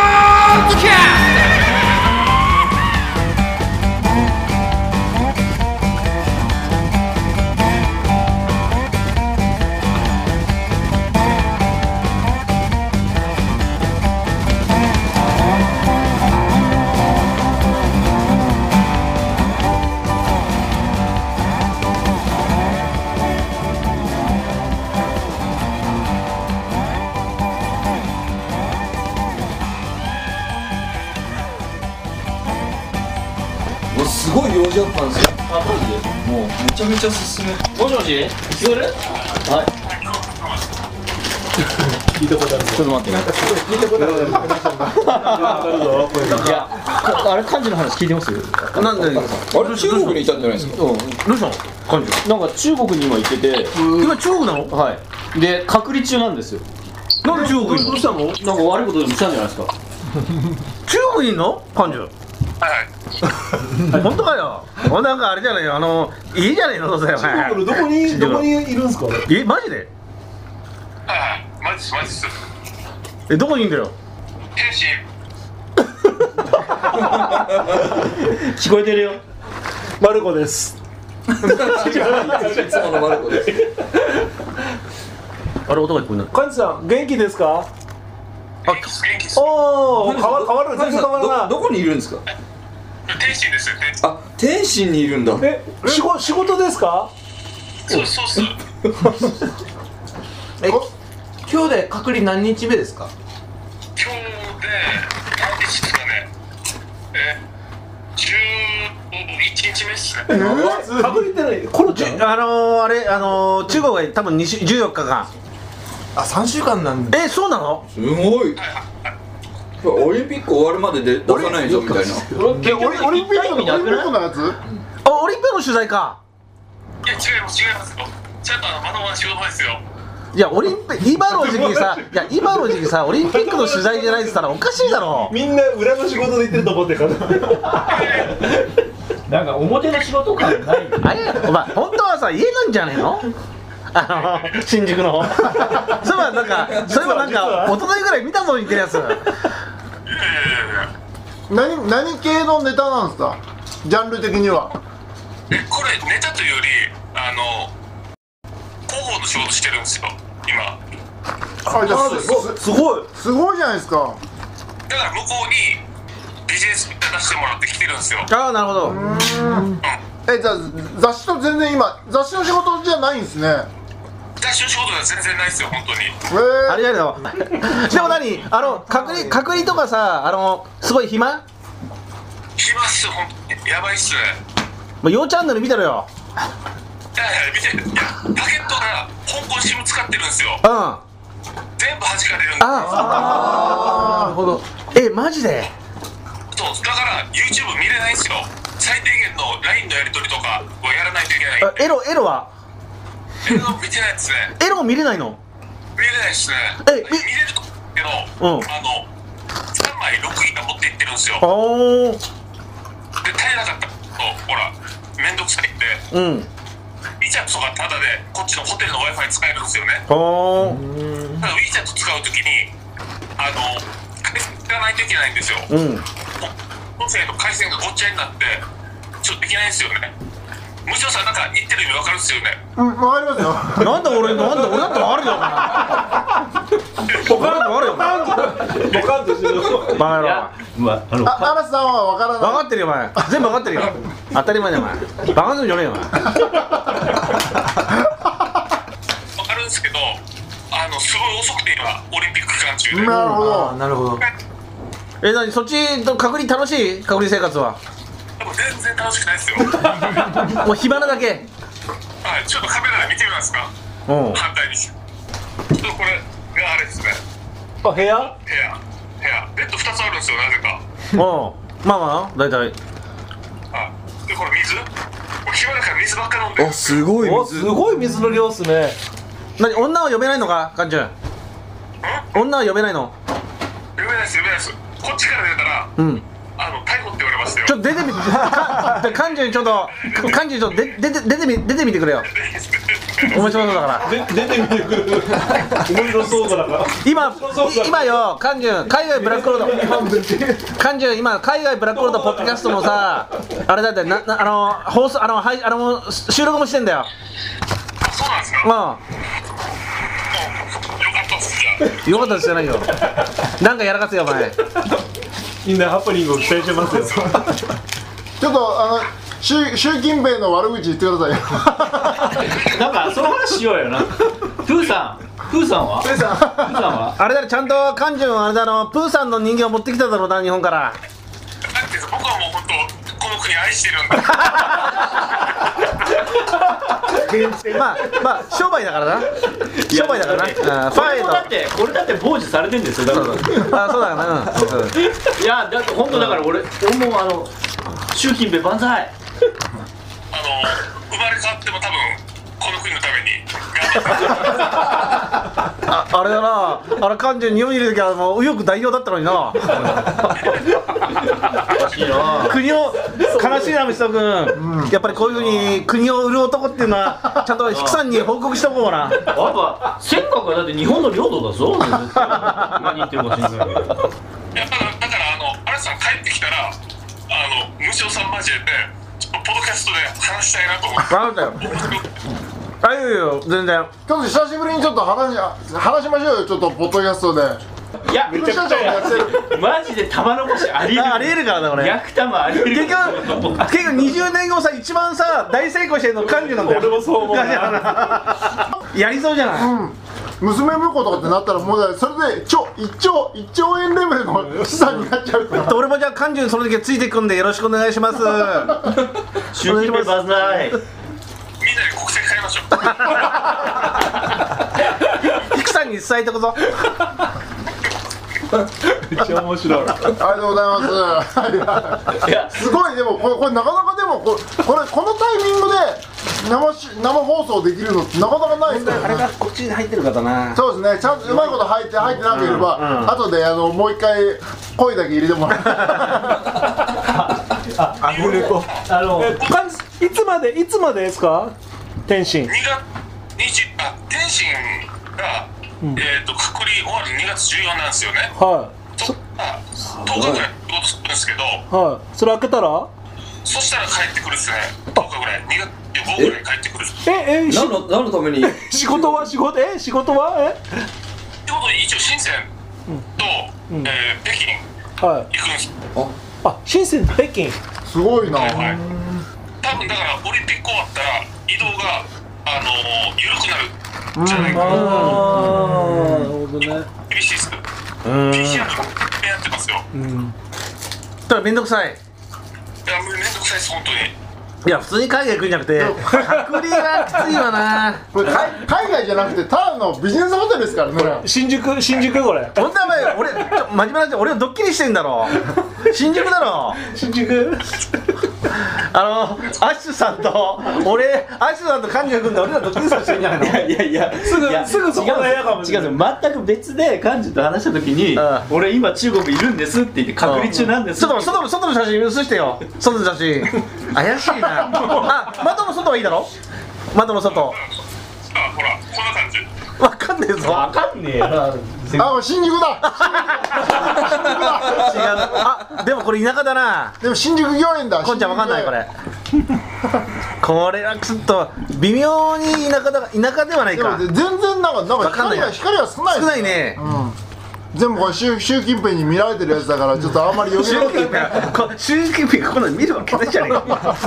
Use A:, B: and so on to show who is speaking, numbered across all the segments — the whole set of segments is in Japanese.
A: ッドキャス
B: もうすごい用事あったんですよもうめちゃめちゃ進め
A: もしもし聞こえる
B: ちょっと待ってね
A: いやあれ漢字の話聞いてます
B: なんであれ中国にいたんじゃないですか
A: どうしたの漢字なんか中国に今行ってて
C: 今中国なの
A: はいで隔離中なんですよ
C: なんで中国いるのどうしたの
A: なんか悪いことでもしたんじゃないですか
C: 中国いんのパンジュはい本当かよおなんかあれじゃないよあのいいじゃないのどうせお前
D: どこにどこにいるんですか
C: えマジで
E: ああマジっすマジっす
C: えどこにいんだよ
E: 天心
A: 聞こえてるよ
D: マルコです
B: いつものマルコです
C: あれ音が聞こえない
D: カンジさん元気ですか
E: 元気っす元気っす
D: おお変わ変わる全然変わら
B: ど
D: ない
B: どこにいるんですか
E: 天心ですよ天心
B: あ天津にいるんだ
D: え仕事仕事ですか
E: そうそうっす
F: え今日で隔離何日目ですか
E: 今日で何日ですかねえ11日目っすね
D: 隠れてないコロちゃん
C: あのー、あれあのー、中国が多分2週14日間
F: あ三3週間なんだ
C: えそうなの
B: すごいオリンピック終わるまでで出さないぞみたいな
A: 俺オリンピックになくない
C: あオリンピックの取材か
E: いや違います違いますよちゃんとあのまともな仕事場ですよ
C: いやオリンピック今の時期さいや今の時期さオリンピックの取材じゃないって言ったらおかしいだろ
D: みんな裏の仕事で行ってると思ってるから
A: なんか表の仕事感ないよ
C: あれお前本当はさ家なんじゃねえのあの新宿のそれはなんかそれはなん
D: 実は
C: か一昨日ぐらい見たぞ言ってるやつ
E: いやいやいやいや
G: 何何系のネタなんですかジャンル的には
E: えこれネタというよりあの広報の仕事してるんですよ今
G: あじゃあす
D: すごい
G: すごいじゃないですか
E: だから向こうにビジネス出してもらってきてるんですよ
C: ああなるほど
G: えじゃあ雑誌と全然今雑誌の仕事じゃないんですねへ
E: 雑誌の仕事では全然ないですよ本当に
C: あれじゃないのでも何あの隔離隔離とかさあのすごい暇、ま
E: 暇っす本当にやばいっすね
C: あ、要チャンネル見てろよ
E: いやいや見ていやパケットが香港シム使ってるんですよ
C: うんあ
E: 全部弾かれるんで
C: あなるほどえマジで
E: そうだから YouTube 見れないんですよ最低限の LINE のやり取りとかをやらないといけない
C: あエロエロは
E: 映像見てないですね
C: エロ見れないの
E: 見れないですね
C: え
E: 見れると思う
C: うん
E: けど、あの3枚6位が持っていってるんですよで
C: おお
E: 耐えなかったとほらめんどくさいんで
C: うん
E: イチャットがタダでこっちのホテルの w i f i 使えるんですよね
C: おお
E: ただウィーチャット使うときにあの回線がないといけないんですよ
C: うん
E: 音声と回線がごっちゃになってちょっとできないんですよねむしろさんなんか言ってる意味わかるっすよね
G: えうんわかりますよ
C: なんで俺なんで俺だってあるよ他のもあるよ
D: ボカンとしてる
C: バカ野郎
A: まああの
G: あ嵐さんはわから
C: 分
G: ない
C: かってるよお前全部分かってるよ当たり前だよお前バカするんじゃねえよお前
E: わかるんですけどあのすごい遅くて今オリンピック期間中で
G: なるほ
F: あー
G: ど
F: なるほど
C: え何そっちと隔離楽しい隔離生活は
E: でも全然楽しくないですよ は
C: もう暇なだけ
E: いちょっとカメラで見てみますか
C: うん
E: 反対にちょっとこれがあれですね
D: あ部屋
E: 部屋部屋ベッド2つあるんですよなぜか
C: うんまあまあ大体
E: はいでこれ水これ暇だから水ばっか飲んで
B: あすごい
D: おす
B: 水
D: ごい水の量っすね
C: 何女は呼べないのかかんちゃん女は呼べないの
E: 読めないです読めないですこっちから出たら
C: うん
E: あの逮捕って言われまますよ
C: ちょっと出てみか幹事にちょっと幹事にちょっとで出て出てみ出てみてくれよ面白そうだから
D: で出てみてくる面白そうだから
C: 今い今よ幹事海外ブラックロード幹事今海外ブラックロードポッドキャストのさあれだってななあの放送あのはいあの収録もしてんだよ
E: あそうなんですか、
C: うん
E: もうよかったっすじゃあ
C: よかったですじゃないよなんかやらかすよお前
D: みんなハプニングを期待してますよ
G: ちょっとあの習習近平の悪口言ってくださ
A: なんかその話しようよなプーさんプーさんはプーさんは
C: あれだねちゃんと幹事のあれだろプーさんの人形持ってきただろうな日本から
E: なんていうんですか僕はもう本当この国愛してるんで
C: まあまあ商売だからな商売だからなうんフ
A: こ
C: ァ
A: れ
C: イ
A: もだっ
C: ト
A: てこれだって傍受されてんですよだから
C: あそうだよな、うん
A: いやだって本当だから俺俺もあの習近平万歳
E: あの生まれ変わっても多分この国のために頑張って
C: ああれだなあれ漢字日本にいる時はもう右翼代表だったのにな
A: しいな
C: 国を悲しいな虫人君、やっぱりこういうふうに国を売る男っていうのはちゃんと福さんに報告しとこうな
A: やっぱ尖閣はだって日本の領土だ ぞ何言ってるか知んないけど
E: いやだからだからあの荒瀬さん帰ってきたらあの無償さん交えてちょっとポッドキャストで話したいなと思って
C: 分かったよあいいよいいよ全然
G: いよちょっと久しぶりにちょっと話話しましょうよちょっとポッドキャストで
A: いや
G: めちゃくちゃやってる
A: マジで玉のしありえる
C: あありえるからだこれ
A: 逆玉ありえる
C: 結局結局20年後さ一番さ大成功してるの漢字なんだよ
D: 俺もそう思うな
C: だから やりそうじゃない
G: 娘婿とかってなったらもうだそれで超一兆一兆円レベルの資産になっちゃうから
C: 俺もじゃあ漢字その時はついてくんでよろしくお願いし ます
A: 習近平万歳
E: みんなで国籍変えましょう
C: 福さんに伝えてこぞ
D: めっちゃ面白い
G: ありがとうございます。いやすごいでもこれこれなかなかでもこれこれこのタイミングで生し生放送できるのってなかなかないですからね。
C: がこっちに入ってる方な
G: そうですね。ちゃんとうまいこと入って入ってなければ、後であのもう一回声だけ入れてもら
F: あご旅行
A: あの
D: え感じいつまでいつまでですか天心
E: 2月20あ天心が、えっ、と隔離終わる2月14なんですよね
D: は
E: そっから10日ぐらい仕事するんですけど
D: いはいそれ開けたら
E: そしたら帰ってくるっすね10日ぐらい2月5ぐらいに帰ってくるっす
D: ええし
B: 何の何のために
D: 仕事は仕事え仕事はえ
E: ちょうど一応深センと、えー北京
D: はい
E: 行くんです
D: あ深セン北 京
G: う。すごいな。
E: はいはい多分だからオリンピック終わったら移動があのー、緩くなるんじゃないかな、
D: ああなるほどね
E: 厳しいっす PCR もやってますよ
C: ただめんどくさい
E: いやもうめんどくさいです本当に
C: いや普通に海外行くんじゃなくて隔離がきついわな
G: これ海海外じゃなくてただのビジネスホテルですからね。
D: 新宿新宿こ れ
C: ほんとはお前俺ちょ真面目な話俺はドッキリしてんだろ新宿だろ
D: 新宿
C: あのアッシュさんと俺アッシュさんと神谷君で俺らドッキリさせてんじゃないの
A: いやいやす
D: ぐすぐそこの部屋かもしれない
A: 違うんですよ全く別で幹事と話した時に
C: う
A: 俺今中国いるんですって言って隔離中なんです
C: 外の外の外の写真写してよ外の写真怪しいなあ窓の外はいいだろ窓の外
E: あほらこんな感じ
C: わかんねえぞ違う
A: わかんねえよ
G: あもう新宿だ。
C: あでもこれ田舎だな
G: でも新宿御苑だ。
C: こんちゃんわかんないこれこれはちょっと微妙に田舎だが田舎ではない
G: 新宿
C: か
G: 御苑。でも全然なんかなんか
C: かんない
G: 光が光が少ない
C: 少
G: です
C: な
G: ね。
C: いね
G: 全部これ習習近平に見られてるやつだからちょっとあんまり余
C: 習
G: 計なこと
C: 近平こ習近平こんなの見るわけないじゃねえか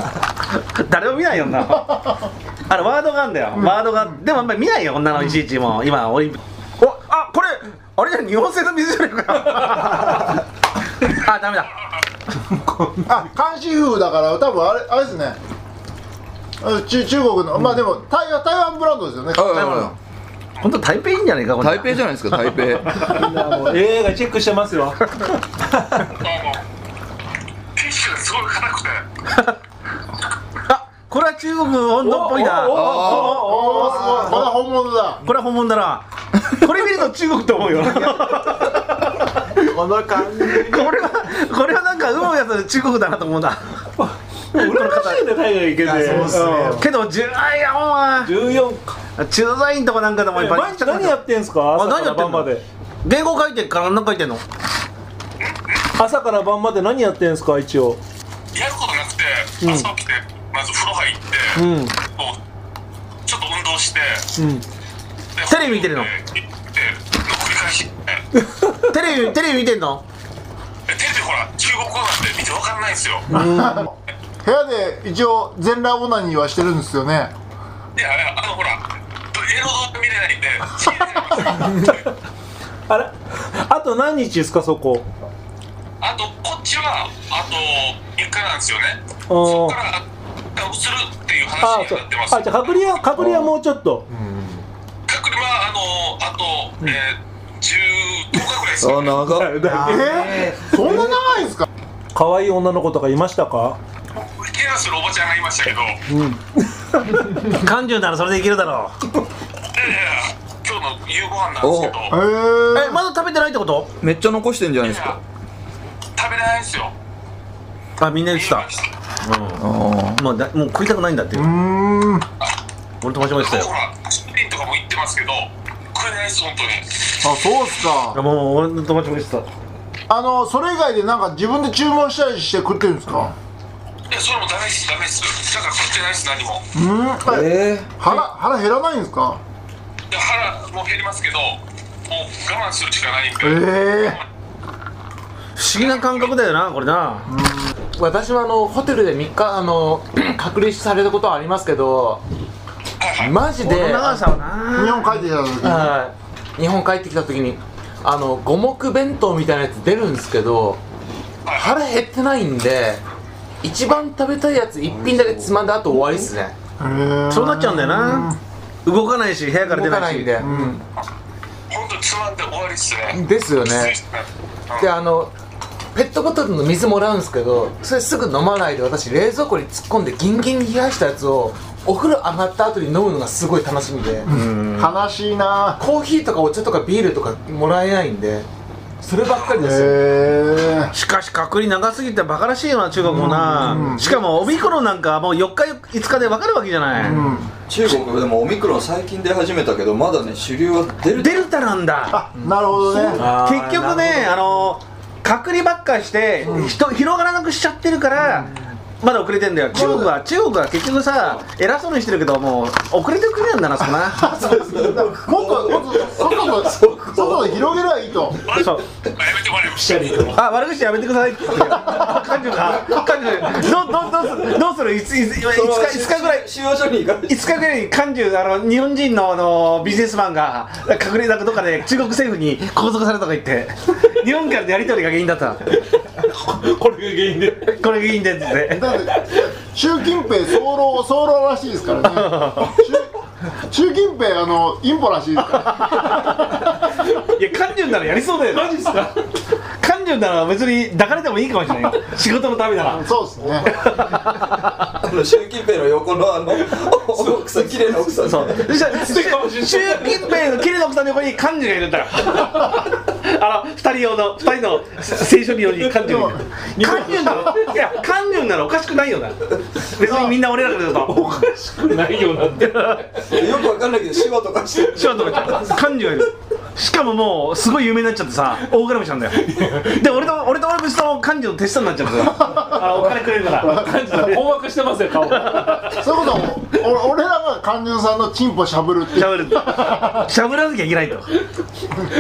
C: 誰も見ないよなあれワードがあんだよ、ワードがでもあんまり見ないよこんなのいちいちもう今オリンピックおあこれあれじゃ日本製の水じゃねえか あダメだ
G: あ監視風だから多分あれあれですねあ中中国の、まあでも台湾台湾ブランドですよね
B: ああ
C: 本当台北いいんじゃねえかこれ
B: 台北じゃないですか台北
D: 映画チェックしてま すよ
E: あのティッシュがすごい硬くて
C: あこれは中国本土っぽいな
D: おおお
G: おおすごいこれは本物だ
C: これは本物だなこれ見ると中国と思うよこ
F: この感じ
C: れはこれはなんかかうまみやつ中国だなと思うんだ
D: 羨ましいね大河行けて
F: やそうっすね
C: けどじゅあいやほんま
D: うん14か
C: 駐在員とかなんかでもいっぱい
D: 毎日何やってんすか朝
C: 何
D: か
C: や
D: ら
C: ってんの
D: 晩まで
C: 言語書いてるから何書いてんの
D: 朝から晩まで何やってんすか一応
E: やることなくて
D: うん
E: 朝起きてまず風呂入って、
D: うん
E: こうちょっと運動して
D: うん
E: で
C: テレビ見てるの
E: えー行っての繰り返し
C: テレ ビテレビ見てんの
E: えテレビほら中国語なんで見てわかんないんですよ
G: 部屋で一応全裸オナニーはしてるんですよね
E: いやいやあのほらエロ動画見れないんで知り合 いなんですよ
D: あれあと何日ですかそこ
E: あとこっちはあと3日なんですよね
D: あー
E: そこからあするっていう
D: あ
E: 話
D: そう
E: になってます
D: あじゃあ隔離は隔離はもうちょっと
E: 隔離はあのあと、えー、10日ぐらいです
B: あ
E: よ、ね、
B: 長っ
G: えー、そんな長いんですか
D: 可愛い女の子とかいましたか
E: ケアするおばちゃんがいましたけどいやい
C: 感情ならそれでいけるだろう
E: や今日の夕ご飯なんですけど
G: え
C: え
G: ー、
C: まだ食べてないってこと
B: めっちゃ残してんじゃない
E: い
B: ですか
E: や食べれないんですよ
C: あみんな言ってた
E: 僕
B: あ
C: もうだもう食いたくないんだって
G: うーんあ
C: 俺ともしもしたよ
E: ほらスピンとかも行ってますけど食えないです本当に
G: そうっすか
C: もう俺の友達も言ってた
G: あのそれ以外でなんか自分で注文したりして食ってるんですか
E: いやそれもダメですダメですだから食ってないです何も
G: うーん、え
B: ええ
G: 腹腹減らないんですか
E: いや腹も減りますけどもう我慢するしかないんで、
G: ええ
C: 不思議な感覚だよなこれな
F: 私はあのホテルで3日あの 隔離されたことはありますけどマジで
C: 長さはな
G: ー、日本帰ってきた時に
F: はい日本帰ってきた時にあの五目弁当みたいなやつ出るんですけど腹減ってないんで一番食べたいやつ一品だけつまんであと終わりっすね
C: そうなっちゃうんだよな動かないし部屋から
F: 動
C: 出
F: か
C: な
F: ない
C: い
F: ん
C: し
F: で、
E: 本当につまんで終わりっすね
F: ですよね
E: 失礼しました
F: であのペットボトルの水もらうんですけどそれすぐ飲まないで私冷蔵庫に突っ込んでギンギンに冷やしたやつをお風呂上がった後に飲むのがすごい楽しみで、
G: 悲しいな
F: コーヒーとかお茶とかビールとかもらえないんでそればっかり
G: え
F: ですよ、
G: ー、
C: しかし隔離長すぎてバカらしいよな中国もなしかもオミクロンなんかもう4日5日で分かるわけじゃない
B: 中国でもオミクロン最近出始めたけどまだね主流は出る
C: デルタなんだ
G: あなるほどね
C: 結局ねあの隔離ばっかして人広がらなくしちゃってるからまだ遅れてんだよ中国は中国は結局さ偉そうにしてるけどもう遅れてる国なんだなそこ な
G: もっともっと外で外で広げればいいと
C: そう
E: あやめてもらいました
C: あ悪口やめてくださいって言ってるよ彼女が彼女どどどうするどうするいついついついつ
B: その
C: かいつかぐらい
B: 収容所に行かれて
C: 5日ぐらいに韓流あの日本人のあのビジネスマンが隠れなんかどっかで中国政府に拘束されたとか言って日本からのやり取りが原因だった
D: これが原因で
C: これが原因でっつって
G: だって習近平総老総老らしいですからね習習近平あのインポらしいですか
C: いや韓流ならやりそうだよマジっすか韓流なら別に抱かれてもいいかもしれないよ仕事のためなら
G: らそうですね
B: あの習近平の横のあの奥さん綺麗な奥さん
C: そうそした ら習近平の綺麗な奥さんの横に韓流がいるんだよ あの二人用の二人の聖書用に韓流がいる韓流ならいや韓流ならおかしくないよな別にみんな俺らからするとおかしくないよなって
B: よくわかんないけどシワとかしてる
C: シュワとか感じがいるしかももうすごい有名になっちゃってさ大金持ちなんだよで俺と俺と俺と下の幹事の手下になっちゃってさあのお金くれるから
D: 困惑してますよ顔
G: それこそお俺らが官僚さんのチンポしゃぶるって
C: しゃべるしゃべらなきゃいけないと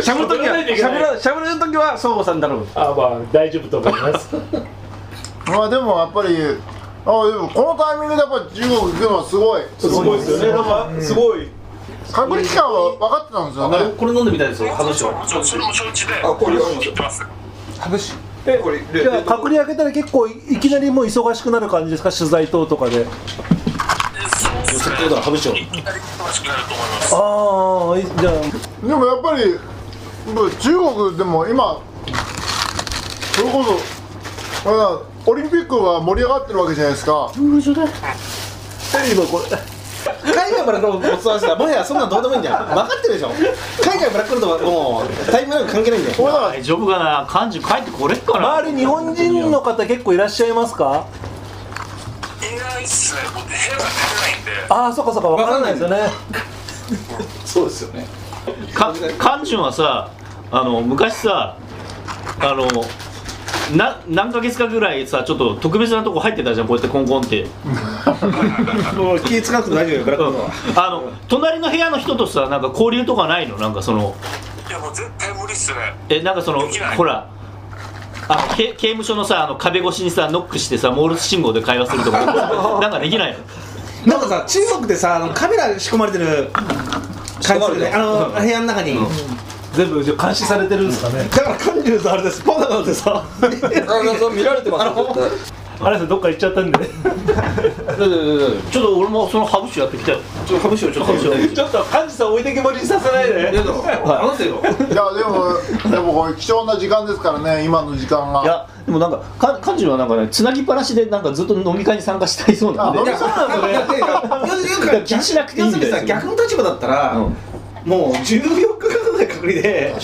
C: しゃべるときはしゃべらしゃべるときは総合さんだろう
D: あまあ大丈夫と思います
G: まあでもやっぱりあでもこのタイミングでやっぱり中国行くのはすごい
D: すごいですよねなんかすごい
G: 隔離期間は分かってたんですよね
A: これ飲んでみたいですよ
E: もちろんもちろんそれも承知で
B: あこれ
E: 言ってます
B: これ
D: じゃあ隔離開けたら結構いいきなりもう忙しくなる感じですか取材等とかで
E: そうですねいきなり忙しくなると思いま
D: あ
E: す
D: あじゃあ
G: でもやっぱり中国でも今それこ そあオリンピックが盛り上がってるわけじゃないですか
D: 今これ
C: 海外から来るおつわせはもはやそんなんどうでもいいんじゃん分かってるでしょ海外から来るとはもうタイムラグ関係ないんだよ
G: 俺だから
A: 大丈夫かな漢字帰ってこれっかな
D: 周り日本人の方結構いらっしゃいますか
E: いないっすね僕部屋が出れないんで
D: ああそっかそっかわからないですよね
B: そうですよね
A: かカンジュンはさあの昔さあのな何ヶ月かぐらいさちょっと特別なとこ入ってたじゃんこうやってコンコンって
C: もう気使わなくて大丈夫よブラックの
A: あの隣の部屋の人とさなんか交流とかないのなんかその
E: いやもう絶対無理っすね
A: えなんかその
E: できない
A: ほらあのけ刑務所のさあの壁越しにさノックしてさモールス信号で会話する とかなんかできないの
C: なんかさ中国でさあのカメラ仕込まれてる感じするねあの部屋の中に、
D: 全部じゃあ監視されてるんですかね
C: だから韓流さんあれですポンダなんてさ
B: そう見られてますよ絶対
D: あれですよどっか行っちゃったんで
A: ちょっと俺もそのハブ酒やってきたよ
B: ちょっと話をちょっと
D: ちょっと幹事さん置いてけぼりにさせないで
B: 話せよ
G: いやでもでもこれ貴重な時間ですからね今の時間が
A: いやでもなんかかカンジュンはなんかねつなぎっぱなしでなんかずっと飲み会に参加したいそうなん
G: あ
A: で
G: 飲みそうなんですね
A: 気にしなくていいんだよ
C: 要するにさ逆の立場だったら、もう14日間ぐらい隔離で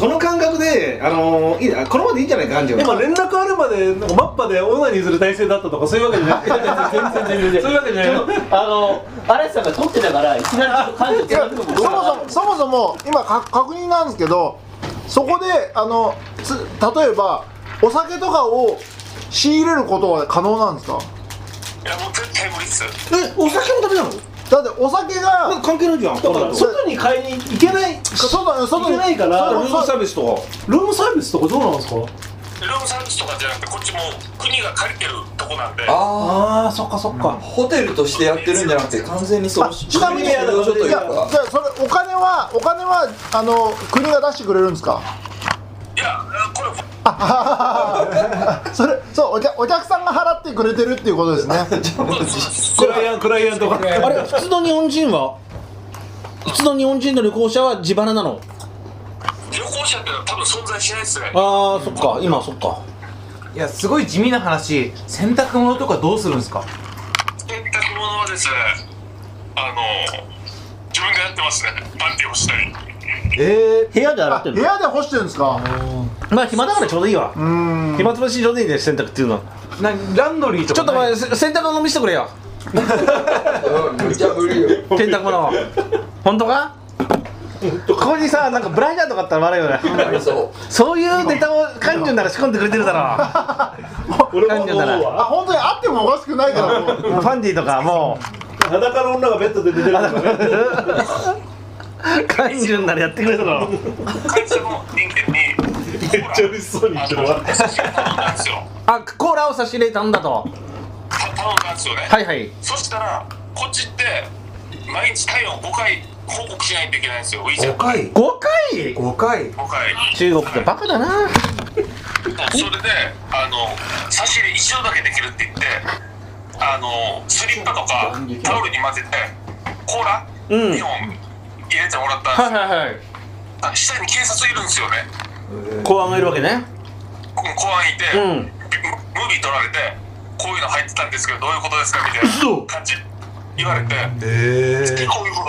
C: この感覚で、あのーいいなこのままでいいんじゃないか感じは
D: 今連絡あるまでなんかマッパでオナニーする体制だったとかそういうわけじゃなくて全然全然そういうわけじゃない
A: あの嵐さんが撮ってたからいきなりカンジュン
G: いやそもそもそもそも今か確認なんですけどそこであのつ例えばお酒とかを仕入れることは可能なんですか
E: いやもう絶対無理っす
C: えお酒もダメなの
G: だってお酒が
C: 関係ないじゃん
D: だから外に買いに行けない
G: 外外
D: いけないから
G: そ
D: ル
G: う
D: ーム
G: そう
C: ービスと
D: ルームサービスとかどうなんですか
E: ルームサービスとかじゃなくてこっちも国が借りてるとこなんで
B: あ
D: ああそっかそっか
B: あホテルとしてやってるんじゃなくて完全にその
G: ちなみにい
B: ち
G: や
B: ょっというか
G: じゃあそれお金はお金はあの国が出してくれるんですか
E: いやこれ
G: それそうお客お客さんが払ってくれてるっていうことですね
D: クライアンクライアントが
C: あれ普通の日本人は普通の日本人の旅行者は自腹なの
E: 旅行者ってのは多分存在しないっすね
C: ああそっか今そっか
F: いやすごい地味な話洗濯物とかどうするんですか
E: 洗濯物はですねあの自分がやってますねパンティをしたり
F: え
A: 部屋で洗
G: あ
A: って
G: 部
A: るの
G: 屋で干してるんですか
C: まあ暇だからちょうどいいわ
G: うーん
C: 暇つぶしちょうどいいね洗濯っていうのは
F: ー、なランドリーとか
C: ちょっと
F: ない
C: 前せ洗濯物見せてくれよ
B: うん無茶ぶりよ
C: 洗濯物を本当かここにさなんかブラジャーとかあったら悪いよね
B: そう
C: そういうネタを感情なら仕込んでくれてるだろ感情なら
G: あ本当にあってもおかしくないからもう
C: ファンディとかも
D: 裸の女がベッドで寝てるからね
C: う感情ならやってくれただろ
E: 会社の人間 にめっちゃ嬉しそうに言ってるわ写真頼んだんですよ
C: あコーラを差し入れたんだと
E: た頼んだんですよね
C: はいはい
E: そしたらこっちって毎日体温5回報告しないといけないんですよいいじゃん
F: 5回
C: 5回
F: 5回
E: 5回
C: 中国ってバカだな
E: それであの差し入れ一度だけできるって言ってあのスリッパとかタオルに混ぜてコーラ
C: うん
E: 2本入れてもらったんですよ、
C: はいはいはい
E: あ下に警察いるんですよね
C: 公安がいるわけね
E: こ公安いて、
C: うん
E: ムムービー撮られてこういうの入ってたんですけどどういうことですかみたいな感じ言われて、次こういうこ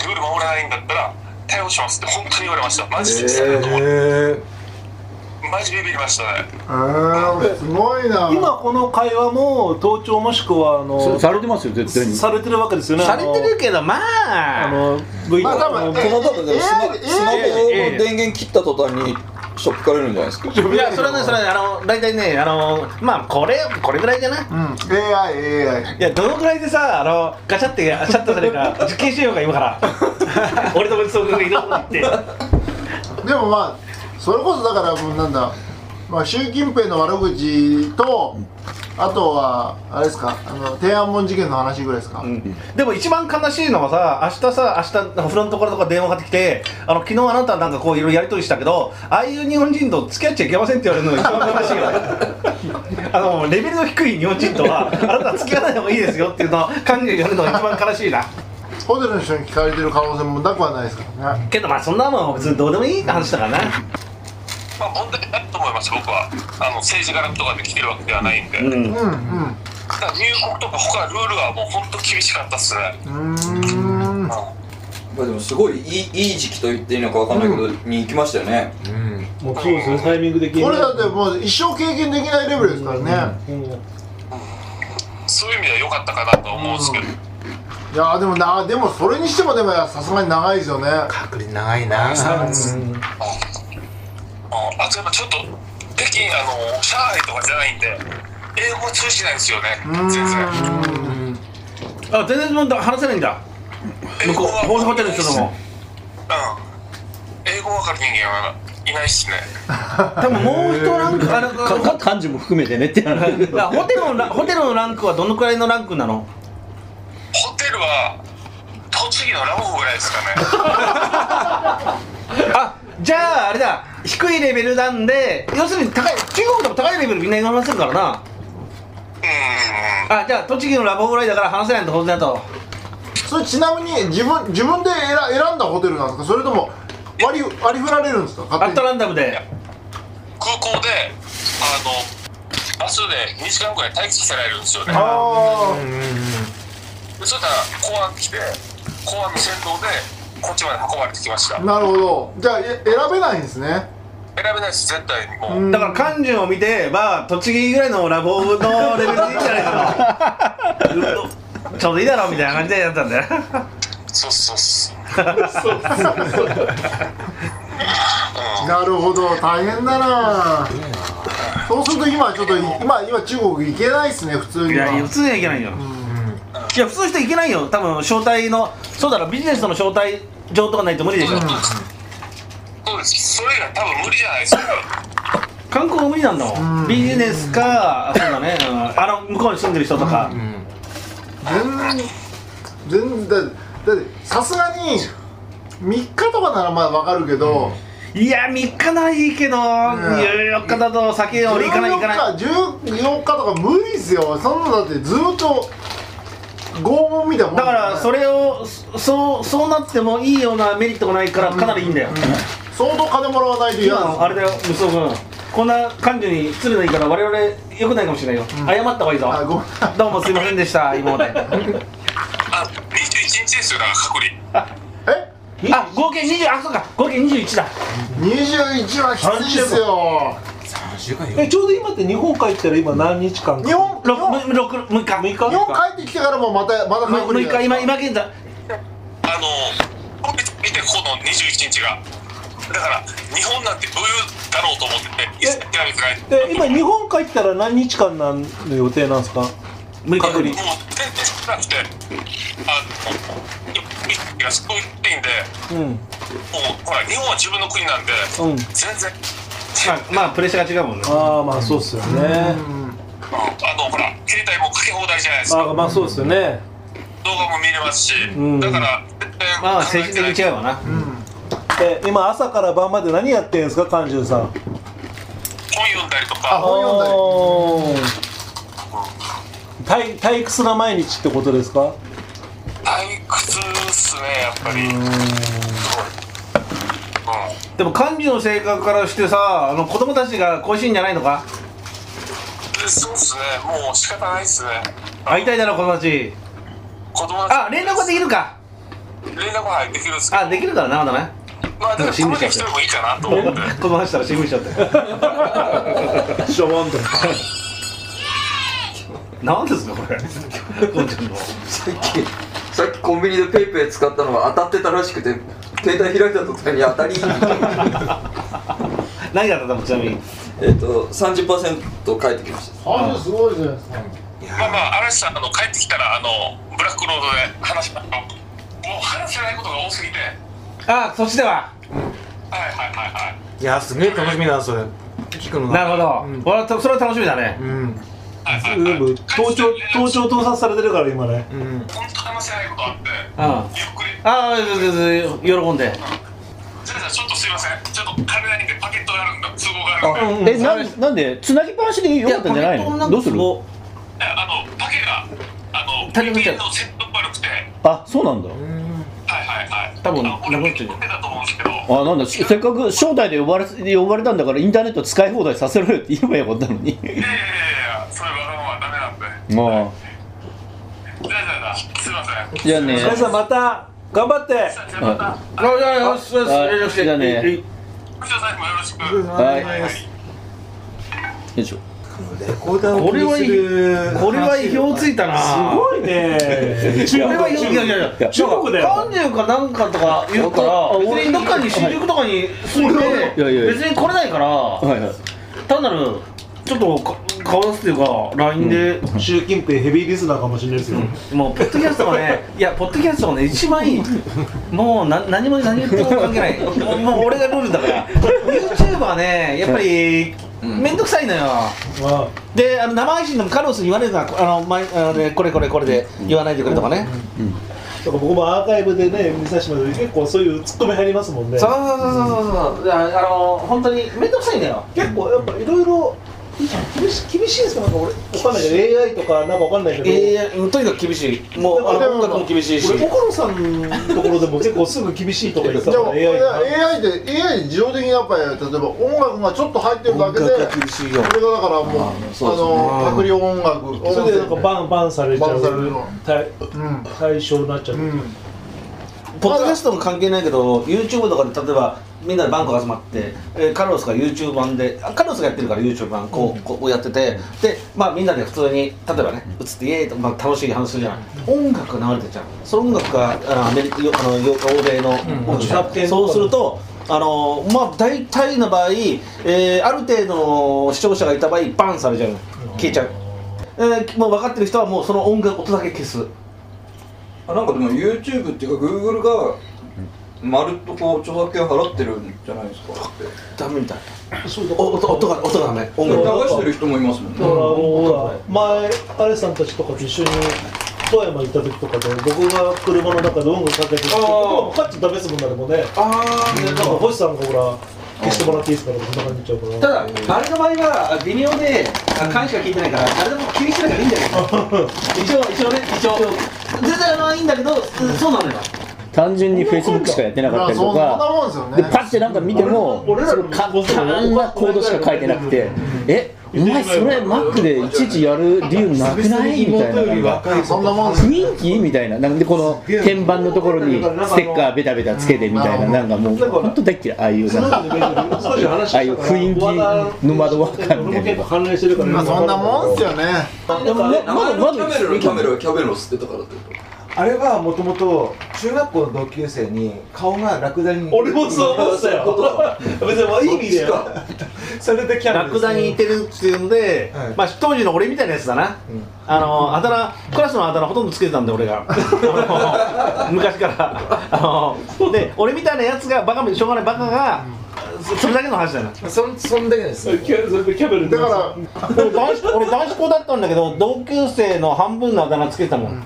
E: とルール守れないんだったら逮捕しますって本当に言われましたマジでしたと思って、マジビビりましたね
G: えー、すごいな
D: 今この会話も盗聴もしくはあの
A: れてますよ絶
D: されてるわけですよね
C: されてるけどま
D: あ
C: あ
D: の V
G: まあ多分
B: この多分
G: ええ
B: スマ
G: え
B: スマホの電源切った途端にショップかられるんじゃないですか
C: いやそれはねそれはねあの大体ねあのまあこれこれぐらいじゃない
G: うん AIAI
C: いやどのぐらいでさあのガチャってシャッターされるか実験しようか今から 俺と別荘君がいろんなとこ行って
G: でもまあそれこそだからもうなんだ、まあ、習近平の悪口とあとはあれですかあの天安門事件の話ぐらいですか、
C: でも一番悲しいのはさ明日さ明日フロントからとか電話がかかってきてあの昨日あなたなんかこういろいろやり取りしたけどああいう日本人と付き合っちゃいけませんって言われるのが一番悲しいよねあのレベルの低い日本人とはあなたは付き合わない方がいいですよっていうのを感じで言われるのが一番悲しいな
G: ホテルの人に聞かれてる可能性もなくはないですからね
C: けどまあそんなもん別にどうでもいい話だからな
E: まあ問題ないと思います僕はあの政治絡みとかで来てるわけではないんで、
G: うんうん
E: だから入国とか他ルールはもう本当厳しかったっすね。
G: うん
B: まあでもすごいいいいい時期と言っていいのかわかんないけど、に行きましたよね
D: もうそうですねタイミング的に
G: これだってもう一生経験できないレベルですからね、
D: うん
E: そういう意味では良かったかなと思うんですけど、
G: いやーでもなでもそれにしてもでもさすがに長いですよね
F: 隔離長いなぁ
E: うんあとやっぱちょっと北京あの上海とかじゃないんで英語通じないんですよね
G: う
E: 全然
G: ーん
C: あ全然もう話せないんだ向こう大阪ホテルの人でも
E: うん英語わかる人間はいないっすね
C: 多分もう一ランクあの
A: かか漢字も含めてねってなる
C: あホテルのラホテルのランクはどのくらいのランクなの
E: ホテルは栃木のラボぐらいですかね
C: あじゃああれだ低いレベルなんで要するに高い中国でも高いレベルみんな今話せるからな
E: うん
C: あじゃあ栃木のラボぐらいだから話せないんだ当然だと
G: それちなみに自分自分で選選んだホテルなんですかそれとも割り割り振られるんですか
C: ア
G: 勝
C: ット
G: 手に
C: ランダムで
E: 空港であのバスで2時間ぐらい待機させられるんですよね
G: ああ
E: でそしたら公安来て公安の先導でこっちまで運ばれてきました選
G: なるほどじゃあえ選べないんですね
E: べないです絶対にもう、
G: うん
C: だから漢字を見てまあ栃木ぐらいのラボのレベルでいいんじゃないか なちょうどいいだろみたいな感じでやったんだよ
E: そうそうそう
G: なるほど大変だなそうすると今ちょっと今今中国行けないですね普通
C: い
G: には
C: や普通にはいけないよ、いや普通の人いけないよ多分招待のそうだろビジネスの招待状とかないと無理でしょ、
E: そうですそれ以外多分無理じゃないですか
C: 観光無理なんだもん、ビジネスかそうだね、うんあの向こうに住んでる人とか、
G: 全然だだってさすがに3日とかならまだわかるけど、
C: いや3日ならいいけど、14日だと酒
G: 十
C: 俺行かない行かない
G: 日14日とか無理ですよそんなのだってずっと拷問みたいなもん
C: だからそ
G: れ
C: れをそそうそうなってもいいようなメリットがないからかなりいいんだよ、
G: 相当金もらわないと嫌
C: 今
G: なん
C: のあれだよ息子君こんな感じに失礼ないいから我々よくないかもしれないよ、謝った方がいいぞ
G: あごめん
C: どうもすいませんでした今まで
E: あ21日ですよだから隔離
G: え
C: あ合計20あそうか合計21だ
G: 21はきついですよ
D: えちょうど今って日本帰ったら今何日間か
G: 日本日本日
C: 6, 六六日
D: 6日
G: 本帰ってきてからもまたまた
C: 6
G: 隔離
C: 日今今現在
E: あの見てこの21日がだから日本なんて余裕だろうと思ってて一切諦めてな
D: え
E: い
D: 今日本帰ったら何日間なんの予定なんですか
C: 6日
E: も
C: ぶ
E: う全
C: り
E: 然少なくてあのいやそう言っていいんで
D: うんうん
E: もうほら日本は自分の国なんで全然
C: まあプレッシャーが違うもんね
D: ああまあそうっすよね
E: あのほら携帯もかけ放題じゃないですか
D: ああまあそうっすよね
E: 動画も見れますし、
D: ん
E: だから絶対
C: まあ
E: 考え
C: 政
E: て
C: 治
E: ない
C: 的に違うわな
D: え今朝から晩まで何やってんすか勘十さん
E: 本読んだりと
G: あ
E: か
G: 本読んだり
D: だり退屈な毎日ってことですか
E: 退屈っすねやっぱりすごいうん
C: でも幹事の性格からしてさあの子供たちが恋しいんじゃないのか
E: そうですね、もう仕方ないですね。
C: 会いたいだろ子供たち
E: 子供た
C: あ連絡はできるか
E: ち連絡は入ってくるんですけど、
C: あできるからなまだね
E: まあ、でも、た
C: 信
E: ま
C: じ
E: に
C: ちゃって
E: 一人もいいかなと思って。
C: 子供走ったら新聞社って
D: しょぼんと
C: なんですかこれこんちゃんの
B: さっきさっきコンビニでペイペイ使ったのが当たってたらしくて携帯開いた途端に当 たり
C: 何があったのちなみに
B: えっと30%返ってきました
G: あれすごいじゃないですか
E: まあまあ、嵐さん、あの、帰ってきたら、あの、ブラックロードで話しましょう。もう話せないことが多すぎて。はい
C: あそっちでは
E: はいはいはい。
F: いやすげえ楽しみだなそれ聞くの
C: なるほど、俺はそれは楽しみだね、
F: うん
E: はいはいはい
D: 全部盗聴盗聴盗撮されてるから今ね
F: うん
E: 本当話せないことあって。
C: うん、あ
E: ゆっくり。
C: あ喜んで
E: じゃあ、じゃあ、ちょっとすいません。ちょっと金ないんで、パケットがあるんだ。都合があるんで。
A: えなんなんでつなぎっぱなしでよかったんじゃないのどうする
E: えあの、パケが、あの、
C: 足りなく
E: 人
C: て
E: 間のセット悪くて。
A: あそうなんだ
E: はいはいはい。
C: 多分
E: あの俺
C: なくなっちゃう
E: 結構出たと思うんですけど。
A: あなんだせせっかく招待で呼ばれ呼ばれたんだからインターネット使い放題させろよって言えばよかったのに
E: いやいやいやいや、それわがままはダメなんで。
A: も
E: じゃあじゃあじゃあすいません
A: うじゃあね
D: 皆さんまた頑張って
E: じゃあじゃあまた
F: あ、じゃあ、よし、よし、
A: はい
F: よし、
A: じゃあね
F: いいいい
E: 藤田さんもよろしく
A: はいよいしょ
D: これ
C: これはいいこれは意表をついたな
D: すごいね
C: いやこれはいいいやいやいや
D: 中国だよ
C: 30かなんかとか言うから別にどっかに新宿とかに住ん
A: いやいやい
C: で
A: や
C: 別に来れないから
A: はいはい
C: 単なるちょっとか顔出すというか LINE で
D: 習近平ヘビーリスナーかもしれないですよ
C: もうポッドキャストが ねいやポッドキャストがね一番いいもうな何も何言っても関係ないもうもう俺がルールだから YouTube はねやっぱり面倒くさいのよ
D: ま
C: であの生配信でもカルロスに言われるのはあの前あのねこれこれこれで言わないでくれとかね
D: あだから僕もアーカイブでね見させてもらって結構そういうツッコミ入りますもんね
C: そうそうそうそうそうそうああの本当に面倒くさいんだよ
D: 結構やっぱいろいろ厳しい厳しいですかなんか俺わかんないけど AI とかなんかわかんないけど、
C: ええとにかく厳しいもうあ
G: で
C: の
G: も
C: 音楽も厳しいし
D: 俺岡野さんのところで も結構すぐ厳しいとか言ってた
G: で
D: か
G: も
D: ら AI が
G: AI で AI 自動的にやっぱり例えば音楽がちょっと入ってるだけで
F: 音楽厳しいよ
G: それがだからもうあのパクリ音楽音
D: それでなんかバンバンされちゃ
G: バンされる
D: う
G: の
D: 対
G: うん
D: 対象になっちゃう、
G: うん
C: ポッドキャストも関係ないけど YouTube とかで例えばみんなでバンコが集まって、えーカルロスが YouTube 版であカルロスがやってるから YouTube 版こう,、こうやっててで、まあ、みんなで普通に例えばね映ってイエーイと、まあ、楽しい話するじゃない音楽が流れてっちゃうその音楽があアメリカよあのよ欧米の音楽じゃん
D: うんうん
C: そうするとあのまあ大体の場合、えーある程度の視聴者がいた場合バンされちゃう消えちゃう、えーもう分かってる人はもうその音楽音だけ消す
B: あなんかでも YouTube っていうか Google がまるっとこう著作権払ってるんじゃないですかって
C: ダメみたい
D: そうだ
C: お音音が音がダメ音
B: 流
C: 楽
B: してる人もいますもん
D: だから
B: ね
D: もう前アレさんたちとかと一緒に富山行った時とかで僕が車の中で音楽かけててもうカッチダメですもんなでもね
C: あ
D: なんか星さんがほら消してもらっていいですからこんな感じになっちゃう
C: た
D: か
C: だ、あれの場合は微妙で、あ感しか聞いてないから、誰でも気にしてないからいいんだけど、一応、一応ね、一応、全然あのいいんだけど、うんそうなのよ。
H: 単純にフェイスブックしかやってなかったり
G: そ
H: と
G: んな
H: か
G: もんですよね
H: でパッてなんか見ても
D: 俺ら
H: そ
D: の
H: の簡単なコードしか書いてなくてえお前それ Mac でいちいちやる理由なくないみたいな
G: そんなもんですよ
H: 雰囲気みたいななんでこの鍵盤のところにステッカーベタベタつけてみたいななんかもう本当大っ嫌いああいうなんから
D: 少し話
H: ああいう雰囲気の窓わかん
D: 俺も
H: ね
D: 結構関連してるから
G: まあそんなもんですよね
B: でもね名前の
H: ま
B: キ
H: だまだ
B: ャメルのキャメルはキャメルを吸ってたからってこと
I: あれはもともと中学校の同級生に顔がラクダに
D: 俺もそう思ってたよ別にもういい意味でよ
I: それでキャラ
C: ラクダに似てるっていうので、
I: はい
C: まあ当時の俺みたいなやつだな、あのあだ名クラスのあだ名ほとんどつけてたんで 俺があの昔からあので俺みたいなやつがバカみしょうがないバカが、そそれだけの話だな
F: そん、そんだけです。
D: キャそれでキャメル
G: だから
C: 俺男子俺男子校だったんだけど同級生の半分のあだ名つけてたもん、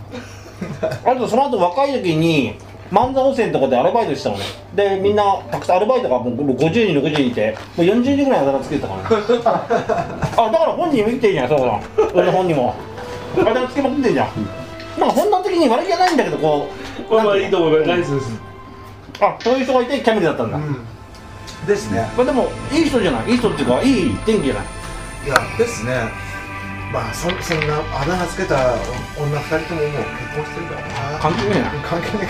C: あとその後若い時に万座温泉とかでアルバイトしてたのねでみんなたくさんアルバイトがもうもう50人60人いてもう40人ぐらいあだ名つけてたからねあだから本人見てんじゃんそうだ俺の本人もあだ名つけまくってんじゃん、まあ本能的に悪気はないんだけどこう
D: まあまあいいと思うよ
C: な
D: ナ
C: ん
D: イ
C: て
D: スです
C: いうのあそういう人がいてキャメルだったんだ、
G: うん
I: ですね
C: まあでもいい人じゃないいい人っていうかいい天気じゃない
I: いやですねまあそそんなあだ名つけた女二人とももう結婚してるからな
C: 関係ないな
I: 関係ない